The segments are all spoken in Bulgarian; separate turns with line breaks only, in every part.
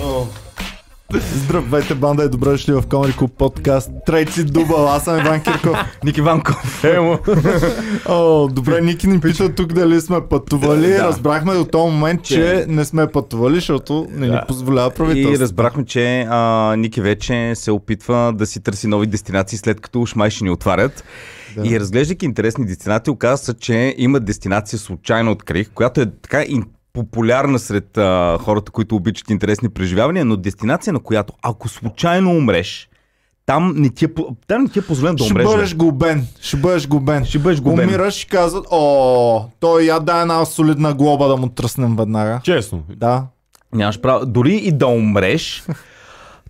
О,
Здравейте, банда и добре дошли в Comedy Club подкаст Трейци Дубъл. Аз съм Иван Кирков.
Ники Ванков.
Е,
Емо.
О, добре, Ники ни пита тук дали сме пътували.
Да.
Разбрахме до този момент, че не сме пътували, защото не ни
Да.
позволява
И
правителство.
разбрахме, че а, Ники вече се опитва да си търси нови дестинации, след като уж май ще ни отварят.
Да.
Да. И разглеждайки интересни дестинации, оказа се, че има дестинация случайно открих, която е така ин- популярна сред а, хората, които обичат интересни преживявания, но дестинация, на която ако случайно умреш, там не ти е, по- там не ти е позволено да
Ще
умреш. бе.
бъдеш губен. Ще бъдеш губен.
ще бъдеш губен.
Умираш и казват, о, той я дай една солидна глоба да му тръснем веднага.
честно.
Да.
Нямаш право. Дори и да умреш,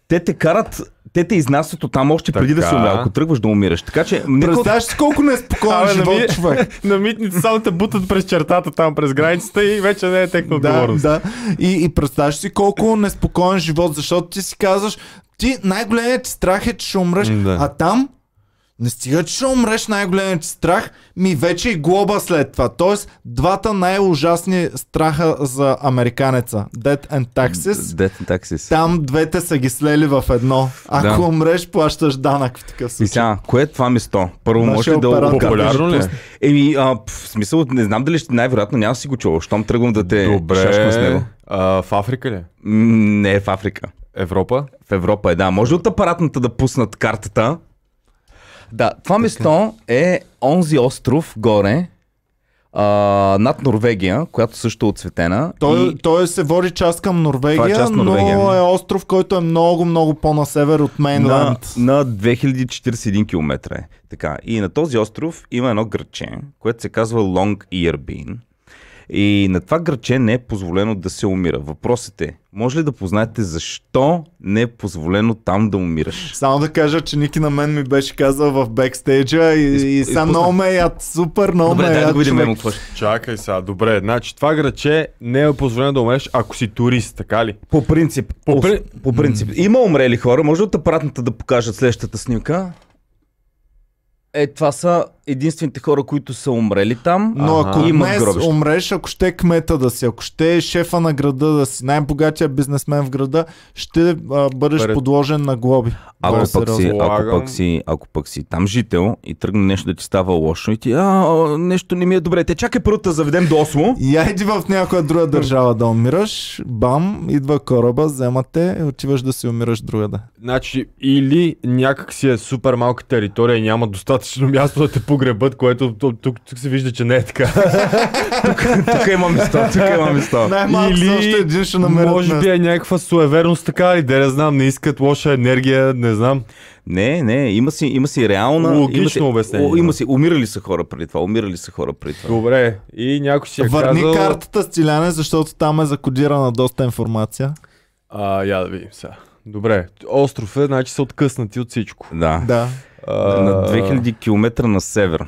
те те карат, те те изнасят от там още преди да си
Така.
умря, ако тръгваш да умираш. Така че, Нико,
Представяш си колко неспокоен
Абе,
живот,
нали?
човек.
На митница само те бутат през чертата там, през границата и вече не е техна
Да,
отговорност.
да. И, и представяш си колко неспокоен живот, защото ти си казваш, ти най-големият ти страх е, че ще умреш,
М, да.
а там не стига, че ще умреш най-големият ти страх, ми вече и глоба след това. Тоест, двата най-ужасни страха за американеца. Death and taxes.
Детен таксис.
Там двете са ги слели в едно. Ако
Да.
умреш, плащаш данък в такъв
И
случай.
сега, кое е това место? Първо,
Нашия
може ли да
оператор.
откажеш?
Популярно ли е?
Еми, а, пф, в смисъл, не знам дали ще най-вероятно няма да си го чувал, щом тръгвам да
Е,
те шашкам с него.
Добре. А, в Африка ли? е?
М, Не е в Африка.
Европа?
В Европа е, да. Може от апаратната да пуснат картата. Да, това место е онзи остров горе, а, над Норвегия, която също е оцветена.
Той,
и...
той се води част към Норвегия,
Това е част Норвегия.
но е остров, който е много, много по-на север от
на,
Мейнланд.
на 2041 км е. Така. И на този остров има едно градче, което се казва Long Earbin. И на това градче не е позволено да се умира. Въпросът е, може ли да познаете защо не е позволено там да умираш?
Само да кажа, че Ники на мен ми беше казал в бекстейджа и, и,
Из-
и сега
изпусна.
много ме яд, супер много
Добре,
ме
дай
яд,
да го видим
човек.
Емо, какво ще-
Чакай сега, добре. Значи това граче не е позволено да умреш, ако си турист, така ли?
По принцип.
По
По,
при-
по принцип. Има умрели хора. Може от апаратната да покажат следващата снимка. Е, това са единствените хора, които са умрели там.
Но
Ага.
ако
Има
днес
гробище.
умреш, ако ще е кмета да си, ако ще е шефа на града да си, най-богатия бизнесмен в града, ще а, бъдеш
Бъде.
подложен на глоби.
Ако
Много
пък,
сериозно.
си, ако,
Полагам.
пък си, ако пък си там жител и тръгне нещо да ти става лошо и ти, а, а, нещо не ми е добре, те чакай първо да заведем до Осло.
И айди в някоя друга държава да умираш, бам, идва кораба, вземате и отиваш да си умираш другаде.
Значи, или някак си е супер малка територия и няма достатъчно място да те погребат, което тук, тук, тук се вижда, че не е така.
тук има места, тук има места.
Най-малко
Или
Или... Е, още един ще намерят
Може би е някаква суеверност така, и да не знам, не искат лоша енергия, не знам.
Не, не, има си, има си реална...
Логично
има си,
обяснение,
о,
да.
Има си, умирали са хора преди това, умирали са хора преди това.
Добре, и някой си е
Върни
казал...
картата, Стиляне, защото там е закодирана доста информация.
А, я да видим сега. Добре, остров е, значи са откъснати от всичко.
Да.
Да.
А,
На 2000 км на север.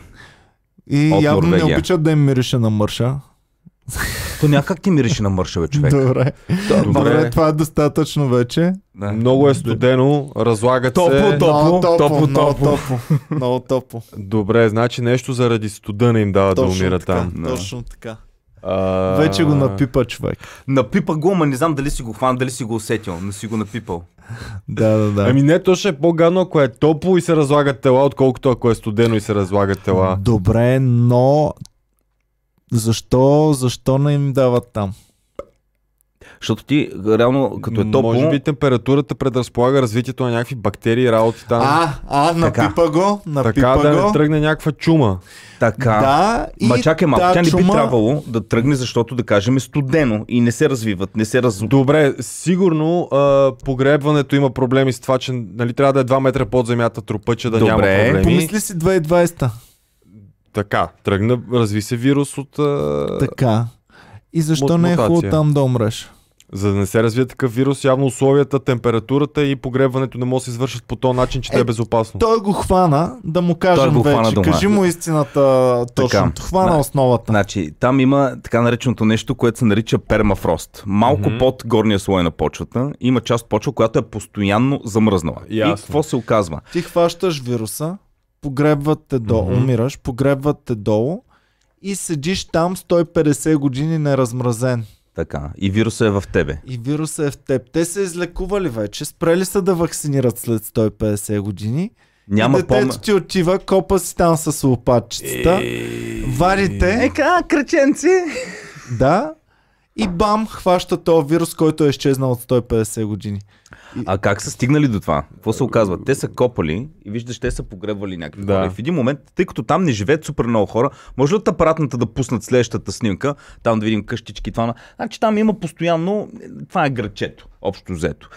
И
От
явно не
Норвегия.
обичат да им мирише на мърша.
То някак ти мирише на мърша, бе, човек.
Добре. Добре. Добре, това е достатъчно вече.
Да.
Много е студено, разлагат се...
Топло, топло.
Много
топло,
много
топло.
топло. Много топло.
Добре, значи нещо заради студа не им дава да
Точно
умира
така,
там.
Да.
Точно така.
А,
Вече го напипа човек.
Напипа го, ама не знам дали си го хван, дали си го усетил, не си го напипал.
Да, да, да.
Ами не, то ще е по-гадно, ако е топло и се разлагат тела, отколкото ако е студено и се разлагат тела.
Добре, но защо, защо не им дават там?
Защото ти, реално, като е топло...
Може би температурата предразполага развитието на някакви бактерии и работи там.
А, а, напипа го,
така
напипа
да
го.
не тръгне някаква чума.
Така.
Да, и
Ма чакай малко,
та
тя не би
чума-
трябвало да тръгне, защото да кажем е студено и не се развиват, не се раз...
Добре, сигурно а, погребването има проблеми с това, че нали, трябва да е 2 метра под земята трупа, че да няма
Добре.
проблеми.
Помисли си 2020-та.
Така, тръгна, разви се вирус от... А...
Така. И защо
мут-
не е хубаво
мутация.
там да умреш?
За да не се развие такъв вирус, явно условията, температурата и погребването не могат да се извършат по този начин, че да е
Е,
безопасно.
Той го хвана, да му кажем
го хвана
вече.
дома.
Кажи му истината точно. Хвана
Да.
основата.
Значи, там има така нареченото нещо, което се нарича пермафрост. Малко mm-hmm. под горния слой на почвата има част почва, която е постоянно замръзнала. И
Ясно.
какво се оказва?
Ти хващаш вируса, погребват те долу,
Мгм.
умираш, погребват те долу и седиш там 150 години неразмразен.
Така. И вируса е в тебе.
И вируса е в теб. Те са излекували вече. Спрели са да вакцинират след 150 години.
Няма
и детето ти отива, копа си там с лопатчицата.
Е.
Варите.
Ека, Е, кръченци!
Да. И бам, хваща този вирус, който е изчезнал от 150 години.
А как са стигнали до това? Какво се оказва? Те са копали и виждаш, те са погребвали някакви
Да.
да. хора. И в един момент, тъй като там не живеят супер много хора, може ли от апаратната да пуснат следващата снимка, там да видим къщички, това. на- Значи там има постоянно, това е грачето, общо взето.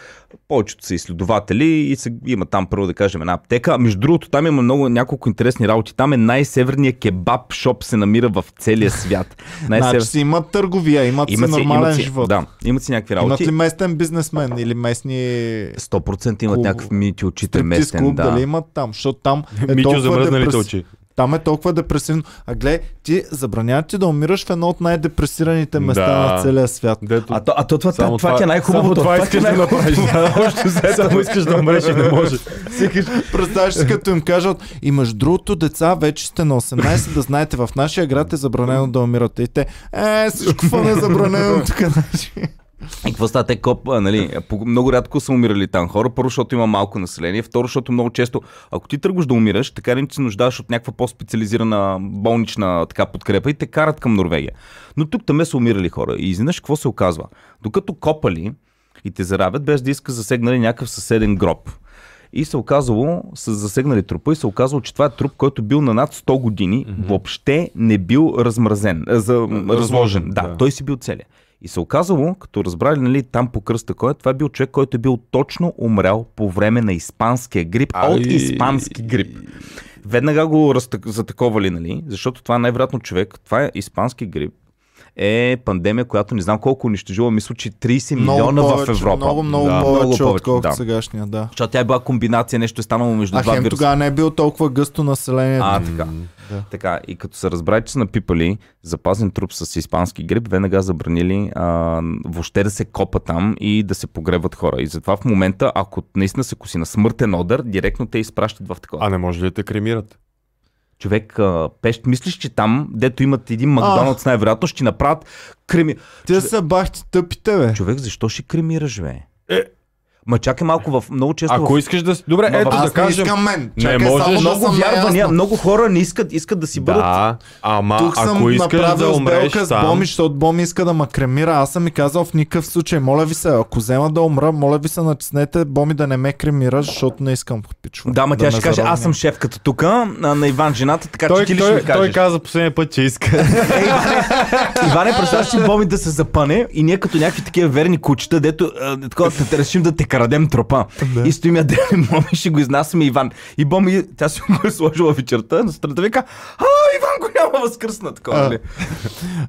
Повечето са изследователи и са, има там първо да кажем една аптека. А Между другото, там има много няколко интересни работи. Там е най-северният кебаб шоп се намира в целия свят.
Значи си имат търговия, имат си нормален
Е, имат си,
живот.
Да, имат си някакви
Имат
работи.
ли местен бизнесмен или местни
100% имат
Клуб.
някакъв мити очите
стриптиз
местен,
клуб,
да.
дали имат там? Защото там е
Митю
толкова
замръзналите
депрес...
очи.
Там е толкова депресивно. А гледай, ти забраняват ти да умираш в едно от най-депресираните места
Да.
на целия свят.
Дето...
А то, а то това, това,
само
това, ти е
само
най-хубавото.
Това
ти е
искаш да
най-
направиш. да, Общо взето. Само искаш да умреш и не можеш.
Сикаш, представяш си, като им кажат, и между другото, деца, вече сте на 18, да знаете, в нашия град е забранено да умирате. И те, е, всичко това не е забранено тук. значи.
И какво става? Те коп, а, нали, по- много рядко са умирали там хора. Първо, защото има малко население. Второ, защото много често, ако ти тръгваш да умираш, така ли се нуждаеш от някаква по-специализирана болнична така, подкрепа и те карат към Норвегия. Но тук там са умирали хора. И изведнъж какво се оказва? Докато копали и те заравят, без да иска засегнали някакъв съседен гроб. И се оказало, са засегнали трупа и се оказало, че това е труп, който бил на над 100 години, mm-hmm. въобще не бил размразен, а, за, разложен. Да,
да.
да, той си бил целия. И се оказало, като разбрали нали, там по кръста кой е, това е бил човек, който е бил точно умрял по време на испанския грип, а от
Ай.
испански грип. Веднага го разтък- затаковали, нали? защото това е най-вероятно човек, това е испански грип, е пандемия, която не знам колко е унищожила, мисля, че 30 милиона в Европа.
Много, много
Да.
Много
повече,
повече,
отколкото
да.
сегашния, да.
Защото тя е била комбинация, нещо е станало между
А
два
хем
вируса.
тогава не е бил толкова гъсто населението.
А, така. така. И като се разбра, че са напипали запазен труп с испански грип, веднага забранили а, въобще да се копа там и да се погребват хора. И затова в момента, ако наистина се коси на смъртен одър, директно те изпращат в такова.
А не може ли да те кремират?
Човек, а, пещ, мислиш, че там, дето имат един Макдоналдс, най-вероятно ще направят креми.
Те са бахти тъпите, бе.
Човек, защо ще кремираш, бе? Ма чакай малко, в много често в
Ако искаш да... си- Добре,
Ма
ето
Аз
да
не
кажем...
искам мен.
Не
Чакай,
можеш.
само да
много
съм
вярвания,
наясно.
много хора не искат, искат да си бъдат
Да, ама
Тук
ако
съм
искаш да
направил
умреш
сделка с
сам...
Боми, защото Боми иска да ме кремира. Аз съм и казал в никакъв случай, моля ви се, ако взема да умра, моля ви се, натиснете Боми да не ме кремира, защото не искам пичове.
Да, ма тя
ме
ще каже, аз
заровня.
съм шефката тук, на Иван жената, така
Той,
че ти ли ще
той,
ми
той, той
кажеш.
каза последния път, че иска.
Е, Иване, Иване, е, представяш си Боми да се запъне и ние като някакви такива верни кучета, дето а, такова, да те решим да те крадем тропа. И стоим я делим, Боми ще го изнасяме Иван. И Боми, тя си го е сложила вечерта, на страната вика, а, Иван го няма възкръсна, такова.
А,
нали?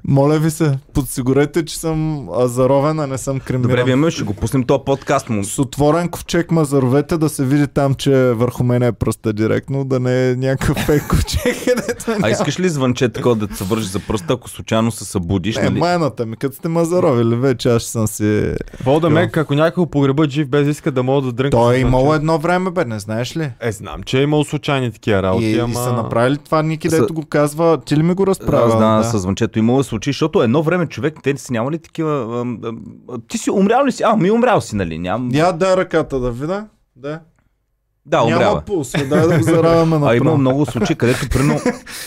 Моля ви се, подсигурете, че съм а, заровен, а не съм кремиран.
Добре, вие ме ще го пуснем този подкаст му.
С отворен ковчег ма заровете да се види там, че върху мен е пръста директно, да не е някакъв фейк ковчег, където е
А
няма.
искаш ли звънче такова да се вържи за пръста, ако случайно се събудиш?
Е,
Не,
нали?
Е, майната ми, като сте ма заровили, вече аз ще съм
Е,
си... е
Вода мек, ако някой погребат жив без иска да мога да дрънка.
Той е
с
имало
значи.
едно време, бе, не знаеш ли?
Е, знам, че е имал случайни такива работи,
И,
ама...
и са направили това, Ники,
Са-
дето го казва, ти ли ми го разправя?
Аз да, с звънчето имало е случаи, защото едно време човек, те си нямали такива... ам, ам, а, Ти си умрял ли си? А, ми умрял си, нали? Ням...
Я дай ръката да видя. Да.
Да, умрял.
Няма пулс, бе, дай да го заравяме на
А има много случаи, където прино...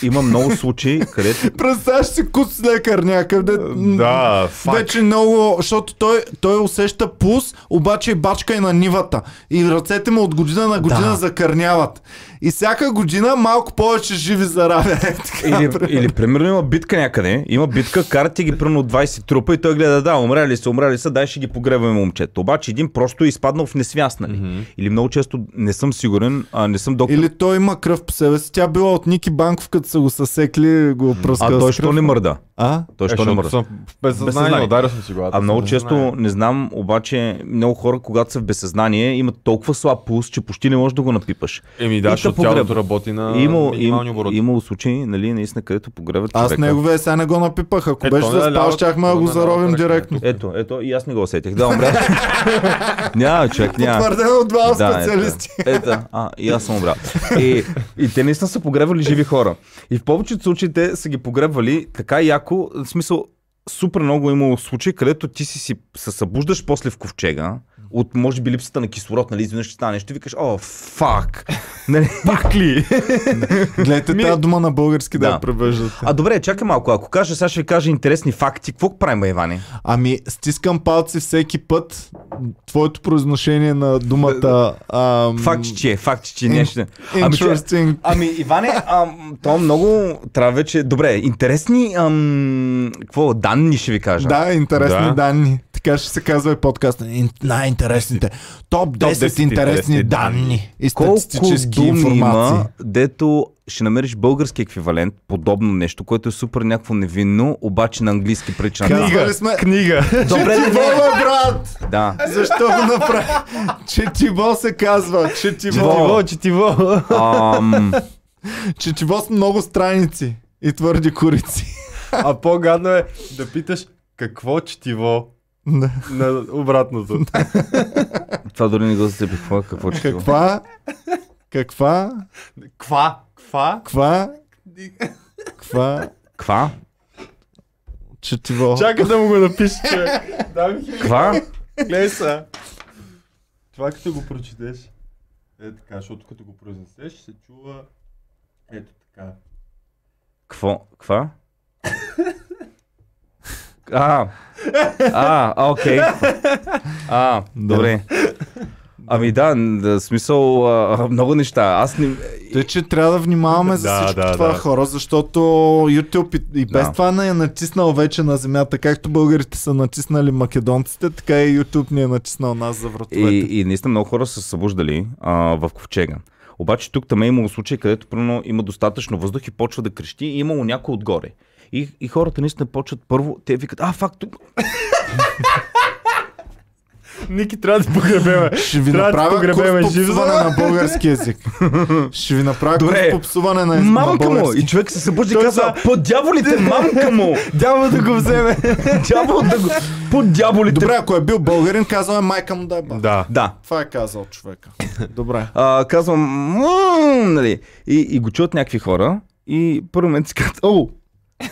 Има много случаи, където...
Представяш си куц лекар някъв, де...
Да, факт.
Вече много, защото той, той усеща пулс, обаче и бачка е на нивата. И ръцете му от година на година
Да.
закърняват. И всяка година малко повече живи заравя. Е, така,
Или,
примерно.
или, примерно има битка някъде, има битка, карат ти ги примерно от 20 трупа и той гледа, да, умрели са, умрели са, дай ще ги погребаме момчето. Обаче един просто е изпаднал в несвяст, нали? Или много често не съм сигурен, а не съм доктор.
Или той има кръв по себе си. Тя била от Ники Банков, като са го съсекли, го пръска.
а
с
той
кръв.
що не мърда?
А?
Той
Е,
що не мърда?
защото съм без съзнание,
съзнание.
ударил съм си главата.
А много
Без
често
съзнание.
не знам, обаче много хора, когато са в безсъзнание, имат толкова слаб пулс, че почти не можеш да го напипаш.
Еми
И
да,
те
защото
погреб-
тялото работи на
И има,
минимални
им,
обороти.
имало случаи, нали, наистина, където погребат човека.
Аз неговия сега не го напипах. Ако
Е,
беше
то не е
да спал,
лява-
щяхме да
то
го
не е
заровим
лявата ръка,
директно.
Ето, ето, и аз не го усетих. Да, умря. няма, човек, няма.
Твърдено от двама
Да,
специалисти.
Ето, ето, а, и аз съм умрял. И, и те наистина са погребали живи хора. И в повечето случаи те са ги погребвали така яко, в смисъл, супер много е имало случаи, където ти си, си се събуждаш после в ковчега, от може би липсата на кислород, нали, изведнъж ще стане нещо и викаш, о, фак! Нали? Пак ли?
Гледайте тази дума на български да,
Да.
да превеждате.
А добре, чакай малко, ако кажа, сега ще ви кажа интересни факти, какво правим, Иване?
Ами, стискам палци всеки път. Твоето произношение на думата... Ам...
Фактче, фактче, нещо. Ами, че-
Interesting.
Ами, Иване, ам, то много трябва вече. Добре, интересни ам, какво, данни ще ви кажа.
Да, интересни
Да.
да. данни. Така ще се казва и подкаста. Ин- Най-интересните. Топ 10, интересни
10 интересни
данни. И
Колко
статистически
думи
информации.
има, дето ще намериш български еквивалент, подобно нещо, което е супер някакво невинно, обаче на английски причина.
Казвали сме...
Книга.
Добре, не, не.
Четивола, брат!
Да.
Защо го направи? Четиво се казва. Четиво.
Четиво, четиво.
Ам,
Четиво с много страници и твърди корици.
А по-гадно е да питаш какво четиво
Да.
на обратното.
това дори не го зацепих. Какво, е, какво че това?
Каква? Каква?
Ква? Ква?
Каква? Каква?
Ква?
Четиво.
Чакай да му го напише, човек. Дам ми
Ква?
Гледай са. Това като го прочетеш, е така, защото като го произнесеш, се чува ето така.
Кво? Ква? А, а, окей. А, добре. Ами да, н- да, смисъл а, много неща. Аз не...
Тъй, че трябва да внимаваме за
Да,
всичко
да,
това
да.
хора, защото YouTube и, и без
Да.
това не е натиснал вече на земята, както българите са натиснали македонците, така и YouTube ни е натиснал нас за вратовете.
И, и наистина много хора са се събуждали а, в ковчега. Обаче тук там е имало случаи, където примерно, има достатъчно въздух и почва да крещи и имало някой отгоре. И, и хората наистина почват първо, те викат, а, факт, тук,
Ники трябва да погребеме.
Ще ви
Трябва да
направя
погребеме
курс по
жив, за
псуване на български язик. Ще ви направя курс
Добре.
по псуване на, на
мамка му!
български.
И човек се събужда и
Той
казва, по дяволите, мамка му!
Дявол да го вземе.
Дявол да го... По дяволите!
Добре, ако е бил българин, казваме майка му да е баба.
Да.
Да,
Това е казал човека. Добре.
а, казвам, «Мм», нали, и, и го чуват някакви хора и първо момент си казват, о,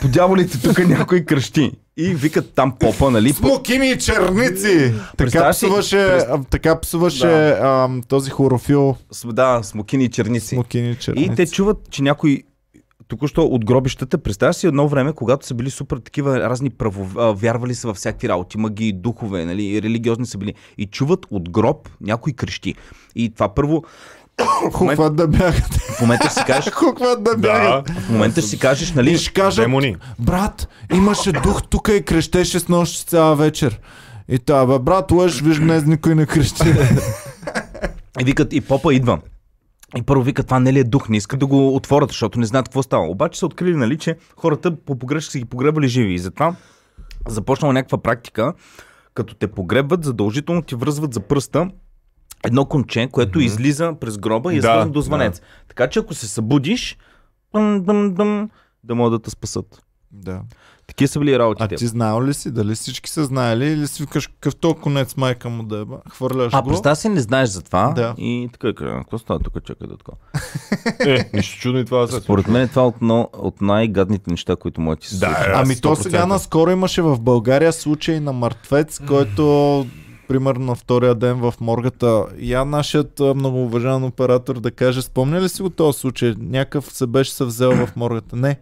по дяволите тук някой кръщи. И викат там попа, нали? по-
Смоки ми и черници! Така
Представяш си-
псуваше,
през-
а, така псуваше
Да.
ам, този хорофил
с- Да, смокини и черници.
Смокини и черници.
И те чуват, че някой току-що от гробищата, представя си едно време, когато са били супер такива разни право, а, вярвали са във всякакви работи, магии, духове, нали, и религиозни са били. И чуват от гроб някой крещи. И това първо,
Хукват да бягат.
в момента си кажеш,
Хукват да
Да.
бягат.
в момента си кажеш,
И
нали,
ще кажат,
Демони.
брат, имаше дух тук и крещеше с нощи цяла вечер. И това, бе, брат, лъж, виж, днес никой не крещи.
И викат, и попа идва. И първо викат, това не ли е дух, не искат да го отворят, защото не знаят какво става. Обаче са открили, нали, че хората по погрешка са ги погребали живи. И затова започнала някаква практика, като те погребват, задължително ти връзват за пръста едно конче, което излиза през гроба и е
Да,
свързано до звънец. Така че ако се събудиш, дъм, дъм, дъм, да могат да те спасат.
да.
Такива са били
А
работите.
ти знаел ли си? Дали всички са знаели или си викаш какъв то конец майка му да е? ба? Хвърляш
а
го.
представя си, не знаеш за това.
Да.
И така, кажа, какво става тук, чакай да така.
Е, нищо чудно и това да се
Според мен е това от, но- от най-гадните неща, които могат ти се
Да,
случат.
е,
Ами то сега
100%.
наскоро имаше в България случай на мъртвец, който примерно на втория ден в моргата. Я нашият а, многоуважан оператор да каже, спомня ли си го този случай? Някакъв се беше се взел в моргата. Не,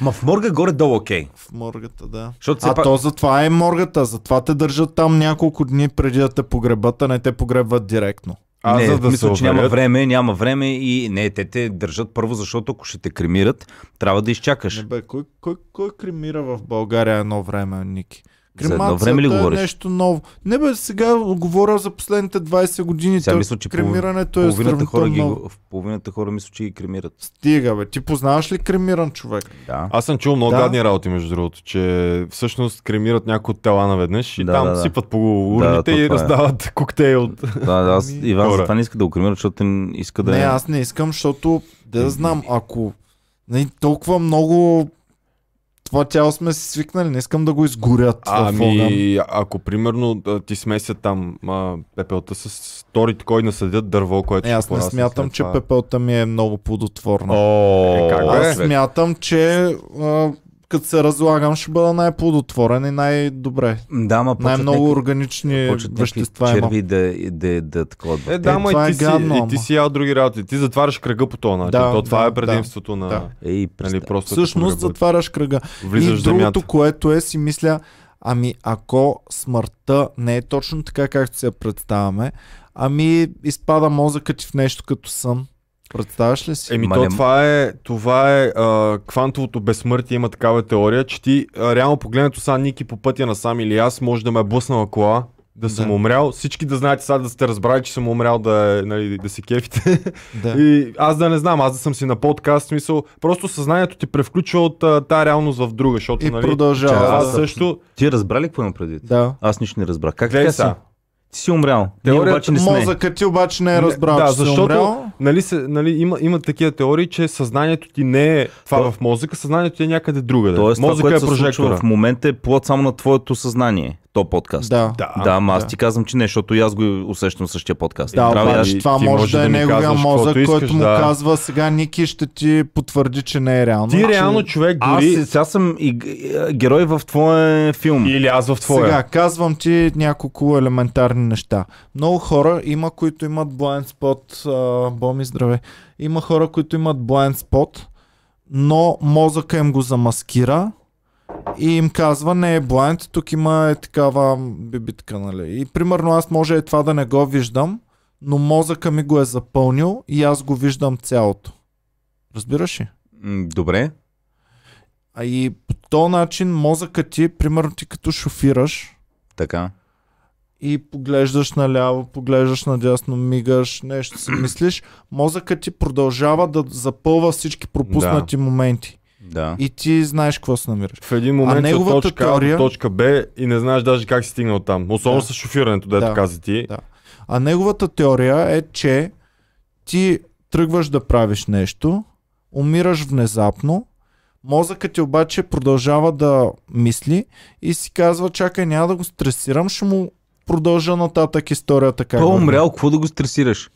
Ма в морга горе-долу окей.
в моргата, да.
Защото все
А
пак...
то затова е моргата, затова те държат там няколко дни преди да те погребат, а не те погребват директно.
А
не,
за
в
да се
мисъл, че няма
уверят-
време, няма време и не, те те държат първо, защото ако ще те кремират, трябва да изчакаш.
Не бе, кой, кой, кой кремира в България едно време, Ники?
За едно
Кремацията
време ли
е
говориш?
нещо ново. Не бе, сега говоря за последните 20 години.
Сега
Та-
мисля, че полов-
кремирането е
половината хора, ги,
сравнително
го- в половината хора мисля, че ги кремират.
Стига, бе. Ти познаваш ли кремиран човек?
Да.
Аз съм чул много
Да.
гадни работи, между другото, че всъщност кремират някои от тела наведнъж и
Да,
там
да, да.
сипат по
Да,
урните
то
и
това е.
раздават коктейл от...
да, да аз,
Ами,
Иван
хора.
за това не иска да го кремира, защото не иска да
Не,
е...
аз не искам, защото да я знам, ако нали, толкова много това тяло сме си свикнали, не искам да го изгорят в огън.
Ами, ако примерно а, ти смесят там а, пепелта с торит, кой насъдят дърво, което
Не,
ще
Е, аз не
порасне
смятам,
след
че
това.
пепелта ми е много плодотворна.
О,
Е, как бе?
Аз
човек.
смятам, че а, като се разлагам, ще бъда най-плодотворен и най-добре.
Да, ма
Най-много органични вещества има.
черви да, да, да такова.
Е, да, ма
това
и
е
ти, си,
гадно,
и ти
ама.
си ял други работи. Ти затваряш кръга по този начин.
Да,
То, това
да,
е предимството на...
да.
Ей,
Нали,
представ...
просто
Всъщност затваряш кръга.
Влизаш
и
в
другото,
земята.
което е, си мисля, ами ако смъртта не е точно така, както си я представяме, ами изпада мозъкът ти в нещо като сън. Представяш ли си?
Еми
Ма
то,
не-
това е, това е а, квантовото безсмъртие, има такава теория, че ти а, реално погледнато са Ники по пътя на сам или аз, може да ме е блъснала кола, да съм
Да.
умрял, всички да знаете сега да сте разбрали, че съм умрял да, е, нали, да се кефите.
да.
И аз да не знам, аз да съм си на подкаст, в смисъл, просто съзнанието ти превключва от а, тая реалност в друга, защото
И
нали,
продължава.
аз
да.
също,
Ти разбрали какво имам предвид?
Да.
Аз нищо не разбрах. Как
гледай
така си?
сега,
Ти си умрял. Теорията...
Теорията-
Ние обаче не сме.
Мозъкът ти обаче не е
Не,
разбрал,
да,
че си
защото-
умрял.
Нали, се, нали, има, има такива теории, че съзнанието ти не е това
То-
в мозъка, съзнанието ти е някъде другаде.
Тоест, това,
мозъка
което
е
се
прожектора.
случва в момента е плод само на твоето съзнание. То подкаст.
Да.
Да.
Да, ама аз
да.
ти казвам, че не, защото и аз го усещам същия подкаст.
Да,
Трябва и аз-
обаче
да-
това
ти
може
може
да е
да ми
неговия
казваш
мозък,
каквото
който
искаш,
му
да.
казва сега Ники ще ти потвърди, че не е реално.
Ти
че-
реално човек
Аз
дори...
се- сега съм и, и, а, герой в твоя филм.
Или аз в твоя.
Сега, казвам ти няколко елементарни неща. Много хора има, които имат blind spot. А, боми здраве. Има хора, които имат blind spot, но мозъка им го замаскира и им казва, не е blind, тук има е такава бибитка, нали? И примерно аз може е това да не го виждам, но мозъка ми го е запълнил и аз го виждам цялото. Разбираш ли?
М, Добре.
А и по този начин мозъка ти, примерно ти като шофираш,
Така.
и поглеждаш наляво, поглеждаш надясно, мигаш, нещо си мислиш, мозъкът ти продължава да запълва всички пропуснати да. моменти.
Да.
И ти знаеш какво се намираш.
В един момент
А
си от
неговата
точка
теория-
А до точка Б и не знаеш даже как си стигнал там. Особено
Да.
с шофирането, дето
Да.
каза ти.
Да. А неговата теория е, че ти тръгваш да правиш нещо, умираш внезапно, мозъкът ти обаче продължава да мисли и си казва, чакай, няма да го стресирам, ще му продължа нататък историята. Как
Той е
върви.
умрял, какво да го стресираш?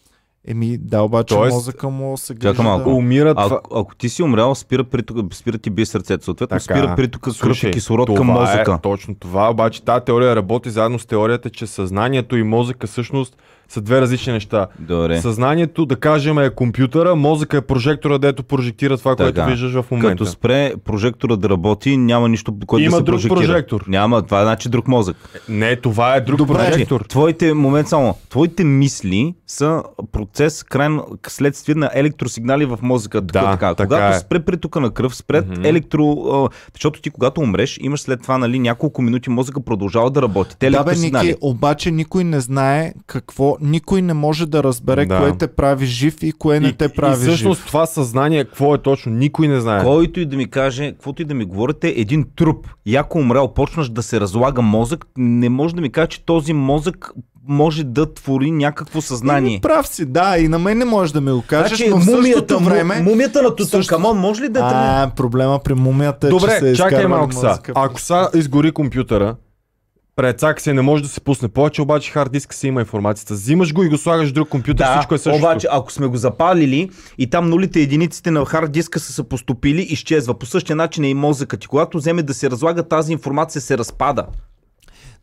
Еми, да, обаче
Тоест-
мозъка му се грижи.
Чакай малко.
Да...
Умира това.
Ако, ако ти си умрял, спира, притока, спира ти бие сърцето. Съответно,
Така.
спира притока
Слушай,
слушай, кислород
това
към мозъка.
Е, точно това, обаче тази теория работи заедно с теорията, че съзнанието и мозъка всъщност са две различни неща.
Добре.
Съзнанието, да кажем, е компютъра, мозъка е прожектора, дето прожектира това,
Така.
което виждаш в момента.
Като спре прожектора да работи, няма нищо, по което
Има
да се
друг
прожектира.
прожектор.
Няма, това е значи друг мозък.
Не, това е друг
Добре.
прожектор.
Значи, твоите, момент само, твоите мисли са процес, крайен следствие на електросигнали в мозъка.
Да, така
когато
е.
спре притока на кръв, спре
Мгм.
електро... А, защото ти когато умреш, имаш след това нали, няколко минути мозъка продължава да работи.
Да,
Те
бе,
електросигнали.
Ники, обаче никой не знае какво, никой не може да разбере да.
Да.
кое те прави жив и кое не те прави
и всъщност това съзнание, какво е точно, никой не знае.
Който и да ми каже, каквото и да ми говорите, е един труп. И ако умрял, почнаш да се разлага мозък, не може да ми каже, че този мозък може да твори някакво
жив.
съзнание.
И Ами, Прав си, да, и на мен не можеш да ми го кажеш,
Значи,
но в същото
му-
време...
Значи, мумията на
всъщност-
Тутанкамон може ли да е тръгне?
А, проблема при мумията е, че се
Добре, чакай
изкарвали
малко са.
мозъка.
Ако са изгори компютъра, прецак се не може да се пусне повече, обаче хард диска си има информацията. Взимаш го и го слагаш в друг компютър,
Да,
всичко е същото.
обаче ако сме го запалили и там нулите и единиците на хард диска са се поступили, изчезва. По същия начин е и мозъкът. И когато вземе да се разлага, тази информация се разпада.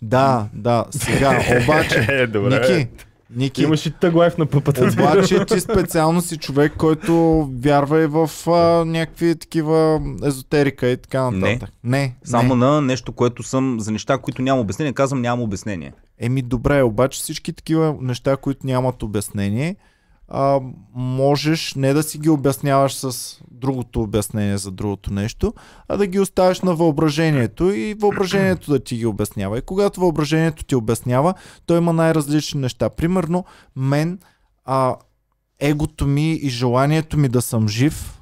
Да, да, сега, обаче...
Е, добре.
Ники, Ники,
Имаш и тъглайф на пъпата.
Обаче ти специално си човек, който вярва и в а, някакви такива езотерика и така нататък. Не, не.
Само на нещо, което съм за неща, които нямам обяснение. Казвам, нямам обяснение.
Еми добре, обаче всички такива неща, които нямат обяснение, а, можеш не да си ги обясняваш с другото обяснение за другото нещо, а да ги оставиш на въображението и въображението да ти ги обяснява. И когато въображението ти обяснява, то има най-различни неща. Примерно, мен а, егото ми и желанието ми да съм жив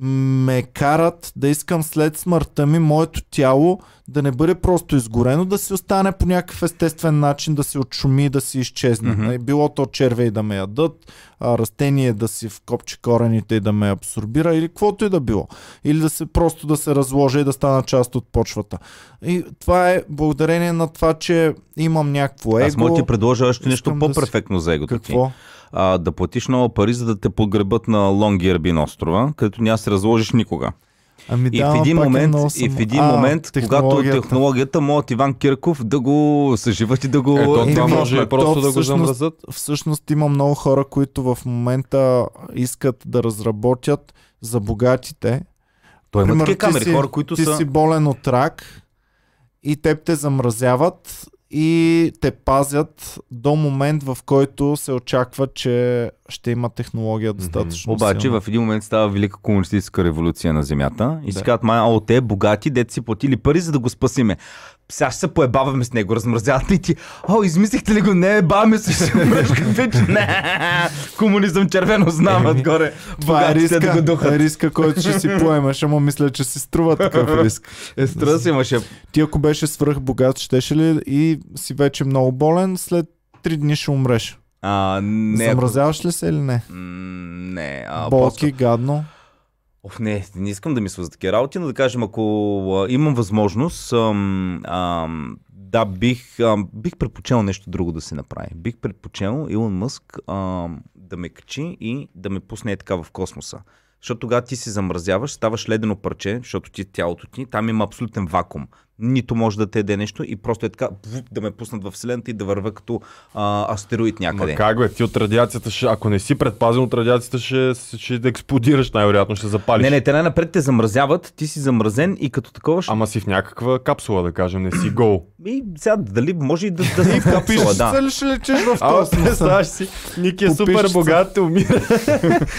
ме карат да искам след смъртта ми моето тяло да не бъде просто изгорено, да си остане по някакъв естествен начин, да се отшуми, да си изчезне.
Мгм.
Mm-hmm. Било то червей да ме ядат, а, растение да си вкопче корените и да ме абсорбира или каквото и да било. Или да се просто да се разложа и да стана част от почвата. И това е благодарение на това, че имам някакво его.
Аз мога да ти предложа още нещо
искам да си-
по-префектно за егото ти.
Какво?
А, да платиш много пари, за да те погребат на Лонгербин острова, където няма да се разложиш никога.
Ами
И
да,
в
ама
един
пак е
момент,
много
и в
само-
един
А,
момент когато технологията могат Иван Кирков да го съживат и да го...
Ето,
Е,
това
да,
може
да,
и просто
то
да го
всъщност-
замразят.
всъщност има много хора, които в момента искат да разработят за богатите.
Той има
Примерно,
такива камери,
ти си-
хора, които
Ти
са...
си болен от рак и теб те замразяват и те пазят до момент, в който се очаква, че ще има технология достатъчно
Обаче
силна.
в един момент става велика комунистическа революция на земята и си
Да.
казват, май, о, те богати, дете си платили пари, за да го спасиме. Сега ще се поебаваме с него, размразяват ли ти? О, измислихте ли го? Не, баваме се, ще умреш като вече. Не, комунизъм червено знаме отгоре.
това е
Богатите
риска,
да го духат.
риска, който ще си поемеш, ама мисля, че си струва такъв риск.
Е, стръс имаше.
Ти ако беше свръхбогат, щеше ли и си вече много болен, след 3 дни ще умреш.
А, не,
Не,
ако-
Замразяваш ли се или не?
М, не, а,
Болки,
после-
гадно.
Оф, не, не искам да мисля за такива работи, но да кажем, ако а, имам възможност, ам, ам, да, бих, ам, бих предпочел нещо друго да се направи. Бих предпочел Илон Мъск ам, да ме качи и да ме пусне е така в космоса. Защото тогава ти се замразяваш, ставаш ледено парче, защото ти е тялото ти, там има абсолютен вакуум. Нито може да те яде нещо и просто е така вуп, да ме пуснат в Вселената и да върва като а, астероид
Ма
някъде.
как бе, ти от радиацията, ще, ако не си предпазен от радиацията, ще, ще да експлодираш най-вероятно, ще запалиш.
Не, не, те най-напред те замразяват, ти си замразен и като такова ще
Ама си в някаква капсула, да кажем, не си гол.
И сега дали може и да, да съм в капсула, е, да.
Се ли ще лечиш в
А,
този
представяш си, Ники е
Попишеш
супер
се.
богат, умира.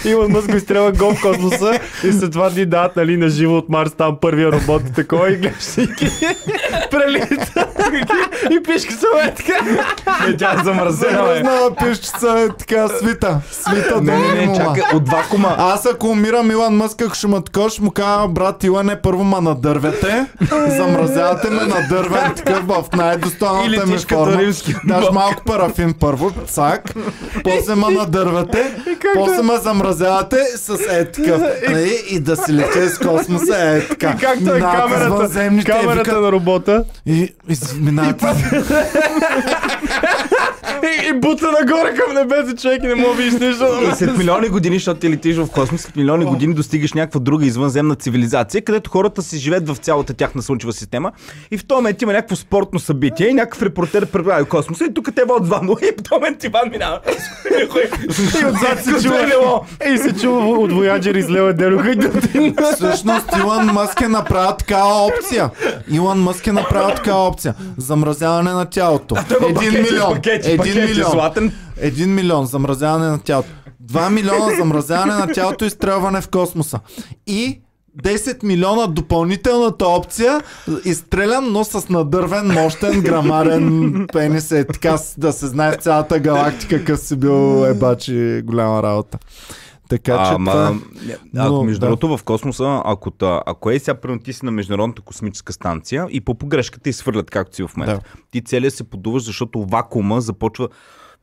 Илон Мъск го изстрелва гол в космоса и след това ни дават нали, на живо от Марс там първия робот и такова и гледаш Ники прелита и пишка се е така.
Не, тя е замразена,
Замръзнала пишчица е така свита. Свита до
Не, не, не,
минимума.
чакай, от вакуума.
Аз ако умирам Илан Мъск, ако ще ме така, ще му кажа, брат Илане, първо ма надървете, замразявате ме на дървен такъв в
И
най-достойната ми
летиш като
форма.
римски
Даш
бог.
малко парафин първо, цак, после ме надървете, после ме замразявате с е такъв. нали, И да си лете с космоса е така.
И както е
Минават
камерата,
извънземните и
камерата
викат-
на робота
е И изминавате.
и, и бута нагоре към небето, човек и не мога да видиш нищо.
И след милиони години, защото ти летиш в космос, след милиони години достигаш някаква друга извънземна цивилизация, където хората си живеят в цялата тяхна слънчева система. И в този момент има някакво спортно събитие и някакъв репортер преправи космоса и тук те водят два нула и в този момент Иван минава. е И отзад се чува.
И се чува от Voyager излева дерога и
Всъщност Илон Мъск е направил такава опция. Илон Мъск е направил такава опция. Замразяване на тялото. Един милион. Един милион.
Златен.
Един милион. Замразяване на тялото. Два милиона замразяване на тялото и изстрелване в космоса. И 10 милиона допълнителната опция изстрелям, но с надървен, мощен, грамарен пенис е така с- да се знае в цялата галактика къс си бил ебачи голяма работа. Така че
Ама,
това...
не, а,
но,
между
да.
другото, в космоса, ако, та, ако е сега примерно ти си на Международната космическа станция и по погрешка те изхвърлят както си в момента,
Да.
ти целият се подуваш, защото вакуума започва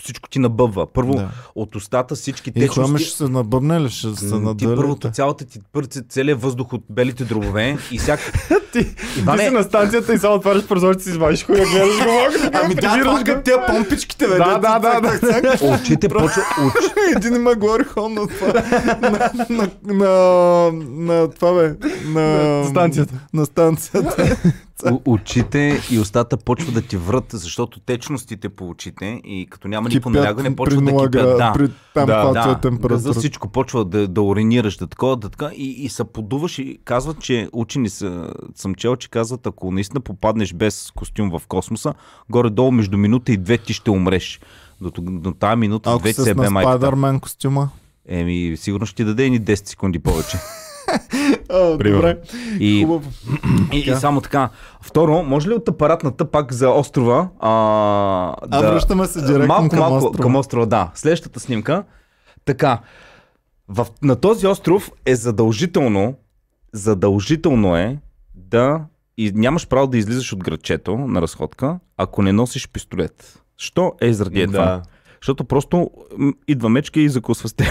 всичко ти набъбва. Първо,
Да.
от устата всички
И хламе
течности...
ще се набъбне ли? Ще се
Ти
надъли?
първото цялата ти пърце, целият въздух от белите дробове и всяка...
ти, ти
Иване.
си на станцията и само отваряш прозорците си, извадиш хуя, гледаш го малко.
Ами да,
прибираш
това
го.
като тия помпичките, бе.
Да, да, да,
да.
Очите почва... Оч...
Един има Глори Хол на това. На, на, на, на това, бе. На
На станцията.
На станцията.
у- очите и устата почва да ти врат, защото течностите по очите и като няма никакво налягане, почва да
нула
кипят.
гра-
Да.
При там
Да,
каквато е
За
температура.
всичко почва да, да уринираш, да такова, да така. И, и се подуваш и казват, че учени са, съм чел, че казват, ако наистина попаднеш без костюм в космоса, горе-долу между минута и две ти ще умреш. До, тог- до тази минута,
Ако
две ти
се
се
на
е бе майка.
Спайдермен костюма.
Еми, сигурно ще ти даде едни 10 секунди повече.
О,
Примерно.
добре.
И,
Хубаво.
и, и само така. Второ, може ли от апаратната пак за острова а,
А
да...
връщаме се директно
малко,
към
малко,
острова.
Към острова, да. Следващата снимка. Така. В, на този остров е задължително, задължително е да и нямаш право да излизаш от градчето на разходка, ако не носиш пистолет. Що е заради да. това?
Да.
Защото просто м, идва мечка и закусва с теб.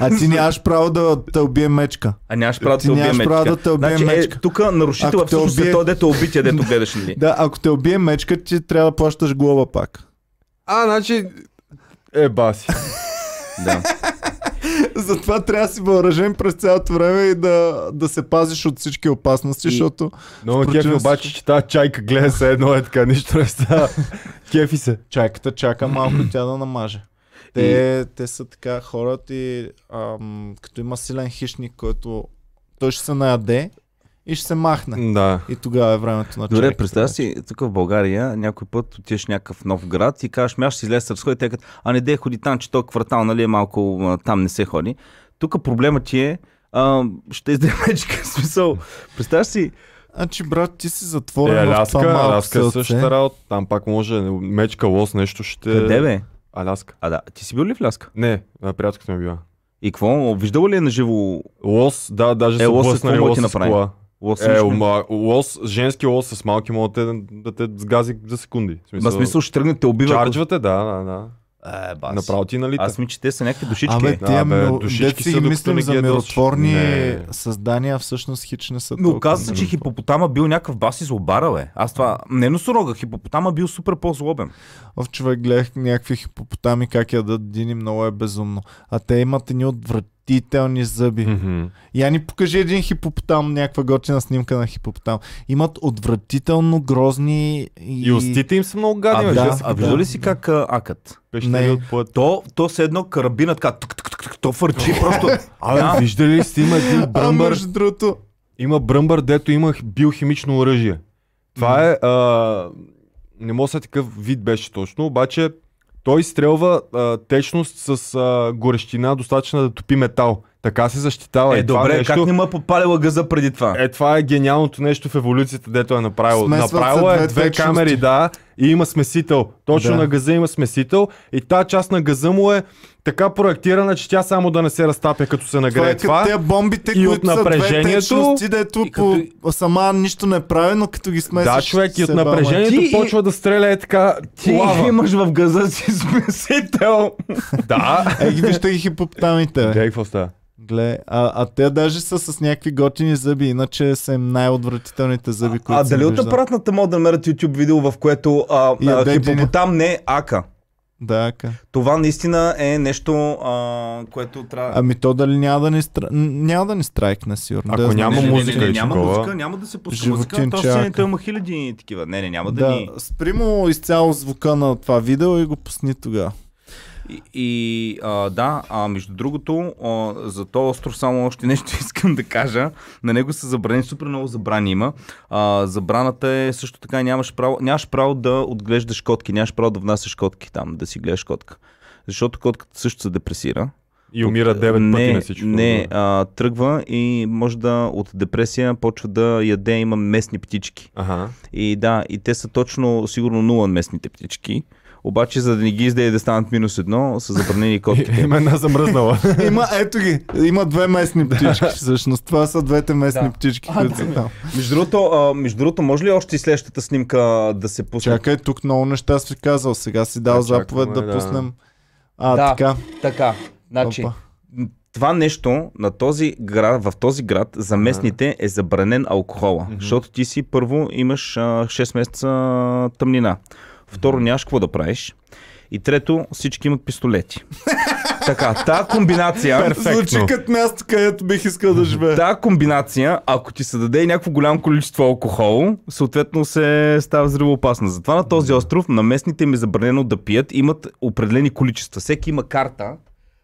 А ти нямаш право да те убие мечка.
А нямаш право да
Ти
те убие
нямаш
мечка.
право да те убие
значи,
мечка.
Е, тук нарушител
Ако те
всъщност
убие-
е той, дето обития, дето гледаш нали?
Да, ако те убие мечка, ти трябва да плащаш глоба пак.
А, значи... Е, баси.
Да.
Затова трябва да си въоръжен през цялото време и да, да се пазиш от всички опасности,
И-
защото
Много
Впрочем,
кефи обаче, че тази чайка гледа се едно е така, нищо не става. Кефи се.
чайката чака малко тя да намаже. Те, те са така хората и ам, като има силен хищник, който той ще се наяде и ще се махне.
Да.
И тогава е времето на
Добре,
чайката.
представя си, тук в България някой път отиваш в някакъв нов град и кажеш, ми аз ще си излезе с разходи, те казват, а не дей ходи там, че този квартал, нали, е малко а, там не се ходи. Тук проблемът ти е, а, ще издем мечка, в смисъл. Представяш си,
Значи, брат, ти си
Е,
затворен в
Аляска,
това малко
Аляска е
селце.
същата работа. Там пак може мечка, лос, нещо
Е.
ще...
къде бе?
Аляска.
А да, ти си бил ли в Ляска?
Не, а, приятелката ми е била.
И какво? Виждал ли е на живо
Лос, да, даже
Е,
са
лосът
блъснали
какво му
лос
ти
с
направи?
кола.
лос?
Е,
нищо не-
ума, лос, женски лос с малки могат да, те- да те сгази за секунди. В
Ма смисъл ще тръгне, те убива.
чарджвате, да, да, да.
Е, баси.
Направо ти нали налита.
Аз ми, че те са някакви душички.
Абе,
Да,
тия
бе,
мил-
душички
дето
са,
си ги
докато
мислим
не
за
ги ядеш.
миротворни
Не.
създания, всъщност хич не са
Но
толкова
оказа се, че
миротворни.
хипопотама бил някакъв баси злобара, бе. е. Аз това не носорога, хипопотама бил супер по-злобен.
В човек гледах някакви хипопотами, как ядат дини, много е безумно. А те имат едни отвратителни зъби.
Мгм.
Я ни покажи един хипопотам, някаква готина снимка на хипопотам. Имат отвратително грозни и...
И устите им са много
А,
гадни, бе,
да.
жест,
а вижда ли си как а, акът?
беше
не.
не. от плът.
То, то се едно карабина така, тук, тук, тук, тук, то фърчи просто.
Абе,
Да.
виждали ли сте, има един
А
бръмбър,
между другото,
има бръмбър, дето има х- биохимично оръжие. Това е, а, не мога да се такъв вид беше точно, обаче той изстрелва а, течност с а, горещина, достатъчна да топи метал. Така се защитава.
Е,
И това
добре,
нещо...
как не ма попалила гъза преди това?
Е, това е гениалното нещо в еволюцията, дето е направило.
Смесват се
направило е
две
две
течности.
камери, да, и има смесител. Точно
Да.
на газа има смесител и тази част на газа му е така проектирана, че тя само да не се разтапя като се
това е
нагрее това.
като тези бомбите,
и от
които са две
напрежението-
течности, дето
И
по...
като-
сама нищо не прави, но като ги смесиш...
Да, човек, и от
се бава.
напрежението
Ти-
почва да стреля е така
Ти
лава.
имаш в газа си смесител.
Да.
Ей Е, ги вижте ги хипопотамите. бе.
Гледай какво става.
Гле, а, а те даже са с някакви готини зъби, иначе са им най-отвратителните зъби, които
А
съм
дали от
виждал.
апаратната мога да намерят YouTube видео, в което а,
И
а,
яде
хипопотам не е ака?
Да, ка.
Това наистина е нещо, а, което трябва...
Ами то дали няма да ни, стра... н- няма да ни страйкне, сигурно.
Ако
да знам.
няма
не, не, не,
музика
не,
и
няма
такова.
музика, няма да се пуска
Животин
музика, то
чака.
сцените има хиляди такива. Не, не, няма да,
Да,
ни...
спри му изцяло звука на това видео и го пусни тогава.
И, и а, да, а между другото, а, за този остров само още нещо искам да кажа. На него са забрани, супер много забрани има. А, забраната е също така, нямаш право, нямаш право да отглеждаш котки, нямаш право да внасяш котки там, да си гледаш котка. Защото котката също се депресира.
И умира 9
не,
пъти на всичко.
Не, а, тръгва и може да от депресия почва да яде, има местни птички.
Ага.
И да, и те са точно сигурно нула местните птички. Обаче, за да не ги издее да станат минус едно, са забранени
И-
котките.
Има една замръзнала.
Има, ето ги, има две местни птички всъщност. Това са двете местни
Да.
птички, които са там.
между, другото, а, между другото, може ли още и следващата снимка да се пусне?
Чакай, тук много неща си казал. Сега си дал
Да,
заповед
чакаме,
да
да.
пуснем. А,
Да.
така.
Така, значи,
Опа.
м, това нещо на този град, в този град за местните е забранен алкохола, защото ти си първо имаш а, 6 месеца а, тъмнина, второ нямаш какво да правиш и трето всички имат пистолети. така, тази комбинация...
Звучи
Перфектно.
като място, където бих искал да живея.
Та комбинация, ако ти се даде и някакво голямо количество алкохол, съответно се става здравоопасна. Затова на този остров на местните им е забранено да пият, имат определени количества. Всеки има карта.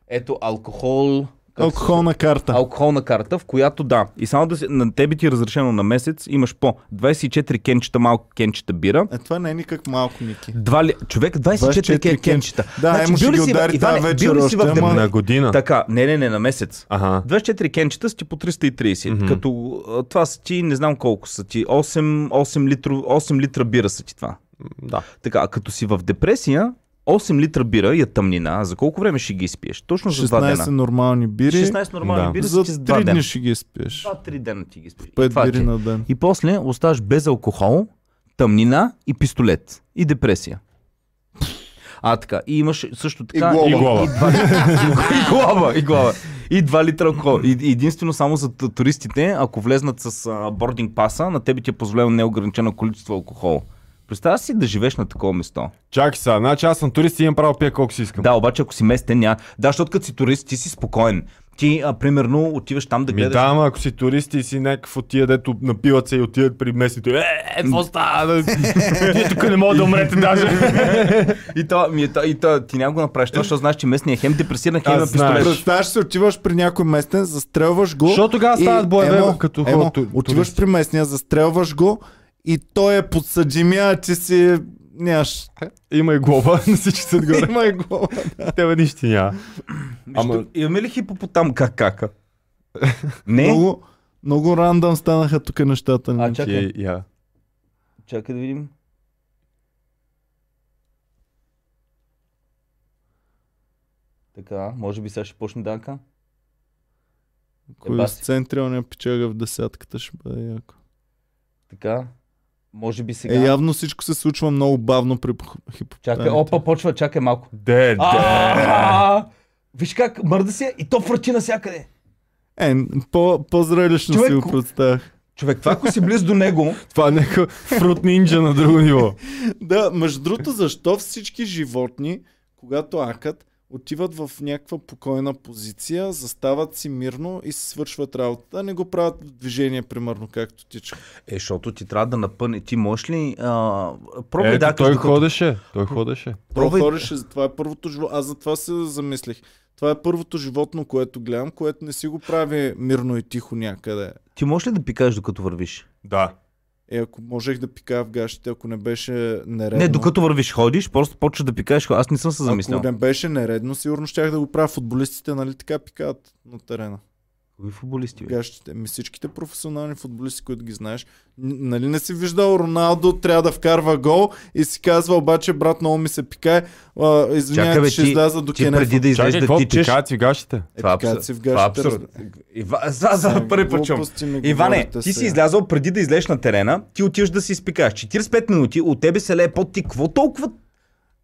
Ето алкохол. как се-
Алкохолна карта.
Алкохолна карта, в която да. И само да се, на тебе ти е разрешено на месец, имаш по 24 кенчета, малко кенчета бира.
Е, това не е никак малко, Ники.
Два ли... Човек, 24,
24
24 кенчета. Значи,
Да, е, му ще
бил ли
ги
си в-
удари
Иване,
тази вечер
бил ли си
още,
в
ама-
Дебне?
На година.
Така, не, не, не, на месец.
Ага.
24 кенчета са ти по 330, mm-hmm. като а, това са ти, не знам колко са ти, 8, 8, литро, 8 литра бира са ти това.
Да.
Така, а като си в депресия, 8 литра бира и е тъмнина, за колко време ще ги изпиеш? Точно за 2
16
дена.
нормални бири.
16 нормални
Да.
бира
За
са ти за 2
3
дена.
дни ще ги спиеш.
2-3 дена ти ги изпиеш. И
5
това ти
бири
е.
на ден.
И после оставаш без алкохол, тъмнина и пистолет. И депресия. А, така. И имаш също така...
И глоба.
И глава.
и глава, и глава. И 2 литра алкохол. И, единствено само за ту- туристите, ако влезнат с а, бординг паса, на тебе ти е позволено неограничено количество алкохол. Представя си да живееш на такова место.
Чакай сега, значи аз съм турист и имам право да пия колко си искам.
Да, обаче ако си местен, няма. Да, защото като си турист, ти си спокоен. Ти, а, примерно, отиваш там да
Ми
гледаш.
да, ама ако си турист и си някакъв от тия, дето напиват се и отиват при местните. Е, е, какво става? Вие тук не мога да умрете даже.
И то, ми, е, и то, и то, ти няма го направиш, това, защото знаеш, че местният е хем депресиран, хем
Аз
има
знам.
пистолет.
Представяш се, отиваш при някой местен, застрелваш го.
Защо тогава
и-
стават боеве,
Емо,
като
Емо,
хора ту-
Отиваш
туристи?
при местния, застрелваш го и той е подсъдимия, а ти си нямаш.
Има и глоба на всички са отгоре.
Има и глава.
Тебе нищо ти няма.
Ама...
Ама-
Ще, имаме ли хипопотам как кака? Не?
Много, много рандъм станаха тук нещата.
Е? А,
А,
чакай,
Ти, я.
чакай да видим. Така, може би сега ще почне данка.
Кой
еба
с
си.
централния печага в десятката ще бъде яко.
Така. Може би сега.
Е, явно всичко се случва много бавно при пх- хипопотамите.
Чакай, опа, почва, чакай малко.
Де, де.
А, Виж как мърда се и то фръчи навсякъде.
Е, по, по-зрелищно
Човек,
си го
ко-
представях.
Човек, това ако си близо до него,
Това е някакъв фрут нинджа на друго ниво.
Да, между другото, защо всички животни, когато акат, отиват в някаква покойна позиция, застават си мирно и си свършват работата, а не го правят в движение, примерно, както тича.
е, защото ти трябва да напъне. Ти можеш ли... А, пробай
Е,
да
той
докато-
ходеше, той ходеше.
Пробай-
Прохореше, това е първото животно. Аз за това се замислих. Това е първото животно, което гледам, което не си го прави мирно и тихо някъде.
Ти можеш ли да пикаеш докато вървиш?
Да.
Е, ако можех да пикая в гащите, ако не беше нередно.
Не, докато вървиш, ходиш, просто почваш да пикаеш. Аз не съм се замислял.
Ако не беше нередно, сигурно щях да го правя. Футболистите, нали така пикаят на терена.
Кои футболисти? Бе?
Гащите. Ми всичките професионални футболисти, които ги знаеш, н- нали не си виждал Роналдо, трябва да вкарва гол и си казва, обаче брат, много ми се пикае, а,
Чакай, бе,
извинявай, че ще
ти-
изляза до
Ти
Кенефа.
преди да
Чакай,
излезеш да
какво
тичаш.
пикаят си гащите?
Е, пикаят си в гащите.
Това е абсурд. Ива- За, за първи път чувам.
Глупости ми
Иване,
говорите
ти си
сега.
излязъл преди да излезеш на терена, ти отиваш да си изпикаеш. 45 минути, от тебе се лее под ти. Какво толкова?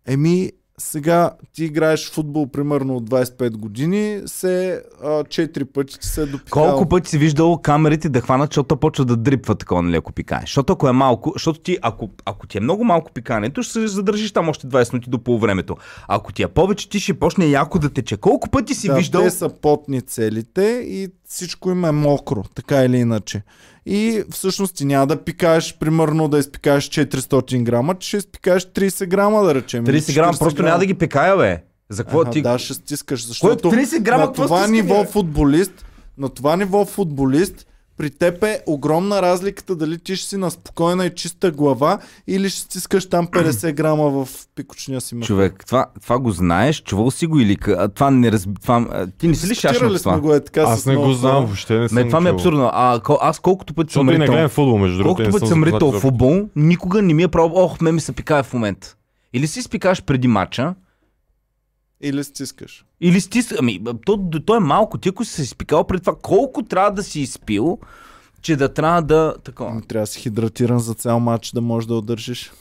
Еми, сега ти играеш в футбол примерно от 25 години, се а, 4 пъти ти се е допикал.
Колко пъти си виждал камерите да хванат, защото почва да дрипва такова, нали, ако пикаеш. Защото ако е малко, защото ти, ако, ако ти е много малко пикането, ще се задържиш там още 20 минути до полувремето. Ако ти е повече, ти ще почне яко да тече. Колко пъти си
да,
виждал?
Те са потни целите и всичко им е мокро, така или иначе. И всъщност ти няма да пикаеш, примерно да изпикаеш 400 грама, ти ще изпикаеш 30 грама, да речем. или
30 грама,
40
просто няма да ги пикая, бе. За какво
Ами, Аха,
ти?
Да, ще стискаш, защото
30 грама,
на
какво
това
стискане,
ниво
бе?
футболист, на това ниво футболист, при теб е огромна разликата дали ти ще си на спокойна и чиста глава или ще стискаш там 50 грама в пикочния си мехур.
Човек, това, това го знаеш, чувал си го или къ- а, това не разб... това, а, ти не си ли шашна
Цитирали
в това?
сме го е така
Аз
с
не го
много хора.
знам, въобще не съм
Ме, това ми е
чувал.
абсурдно. А, ко- аз колкото пъти съм
Защото и не
ритал,
гледам футбол, между другото. и
колкото
не съм
пъти съм ритал
запознат изобщо.
футбол, никога не ми е правил, ох, ме ми се пикае в момента. Или си спикаш преди мача,
Или стискаш.
или си ти... Ами, б- то, то, то е малко. Ти ако си се изпикал преди това, колко трябва да си изпил, че да трябва да... Такова.
Ами, Трябва да си хидратиран за цял матч, да можеш да удържиш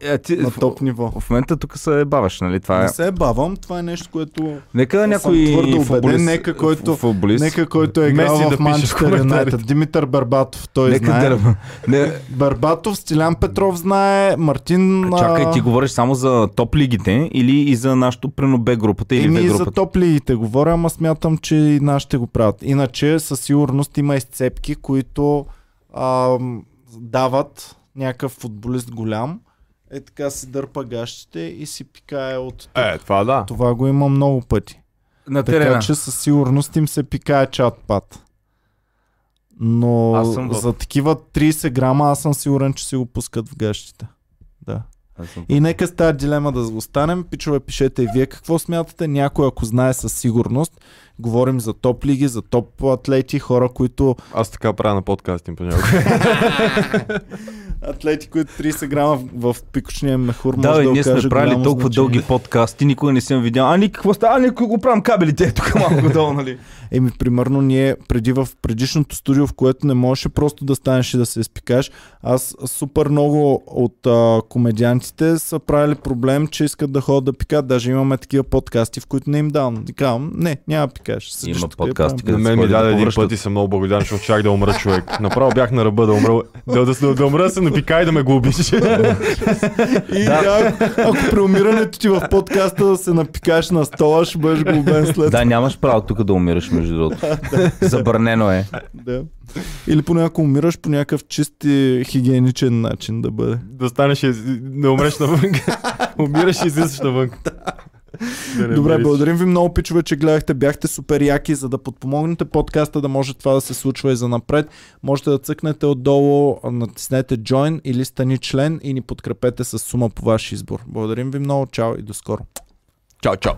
Е, ти,
на
в,
топ ниво.
в момента тук се баваш, нали? Това е...
Не се бавам, това е нещо, което...
Нека
Аз съм
някой
твърдо убеден,
футболист-
нека който-
футболист,
Нека, който е играл
Меси да
в
пише в
Манчестър
коментарите.
Юнайтед. Димитър Барбатов, той
нека
знае.
да... Не,
Барбатов, Стилян Петров знае, Мартин...
А, Чакай,
а,
ти говориш само за топ лигите или и за нашото прено Б групата или
Еми
В
и за
групата?
топ лигите говоря, ама смятам, че и нашите го правят. Иначе със сигурност има изцепки, които ам, дават някакъв футболист голям. Е така си дърпа гащите и си пикае от...
Е, това да.
Това го има много пъти.
На
Така че със сигурност им се пикае чатпад. Но
Аз съм в-
за такива 30 грама аз съм сигурен, че си го пускат в гащите. Да.
Аз съм-
И нека с тази дилема да останем. Пичове, пишете и вие какво смятате. Някой, ако знае със сигурност, говорим за топ лиги, за топ атлети, хора, които...
Аз така правя на подкастинг понякога.
Атлети, които 30 грама в, в пикочния мехур
Да,
може
бе,
да
ние сме
окаже
правили
голямо
толкова
значение.
дълги подкасти, никога не съм видял. А, ние какво става? А, ние го правим кабелите, е тук малко долу, нали?
Еми, примерно, ние преди в предишното студио, в което не можеше просто да станеш и да се изпикаш, аз супер много от а, комедианти пикантите са правили проблем, че искат да ходят да пикат. Даже имаме такива подкасти, в които не им давам. И Казвам, не, няма пикаеш. Седиш
Има
тук и е правим.
подкасти,
На
където се
мен ми
ходи да
даде един
повръщат.
път и съм много благодарен, защото чак да умра човек. Направо бях на ръба да умра. Да, да, да, да умра се напика и да ме глобиш.
И да. ако, ако при умирането ти в подкаста да се напикаш на стола, ще бъдеш глобен след
Да, нямаш право тук да умираш, между другото. Забранено е.
да. Или поне ако умираш по някакъв чист и хигиеничен начин да бъде.
да станеш и да умреш навън. Умираш и излизаш навън. Да не
Добре,
мириш.
благодарим ви много, пичове, че гледахте. Бяхте супер яки, за да подпомогнете подкаста да може това да се случва и за напред. Можете да цъкнете отдолу, натиснете Join или стани член и ни подкрепете с сума по ваш избор. Благодарим ви много, чао и до скоро.
Чао, чао.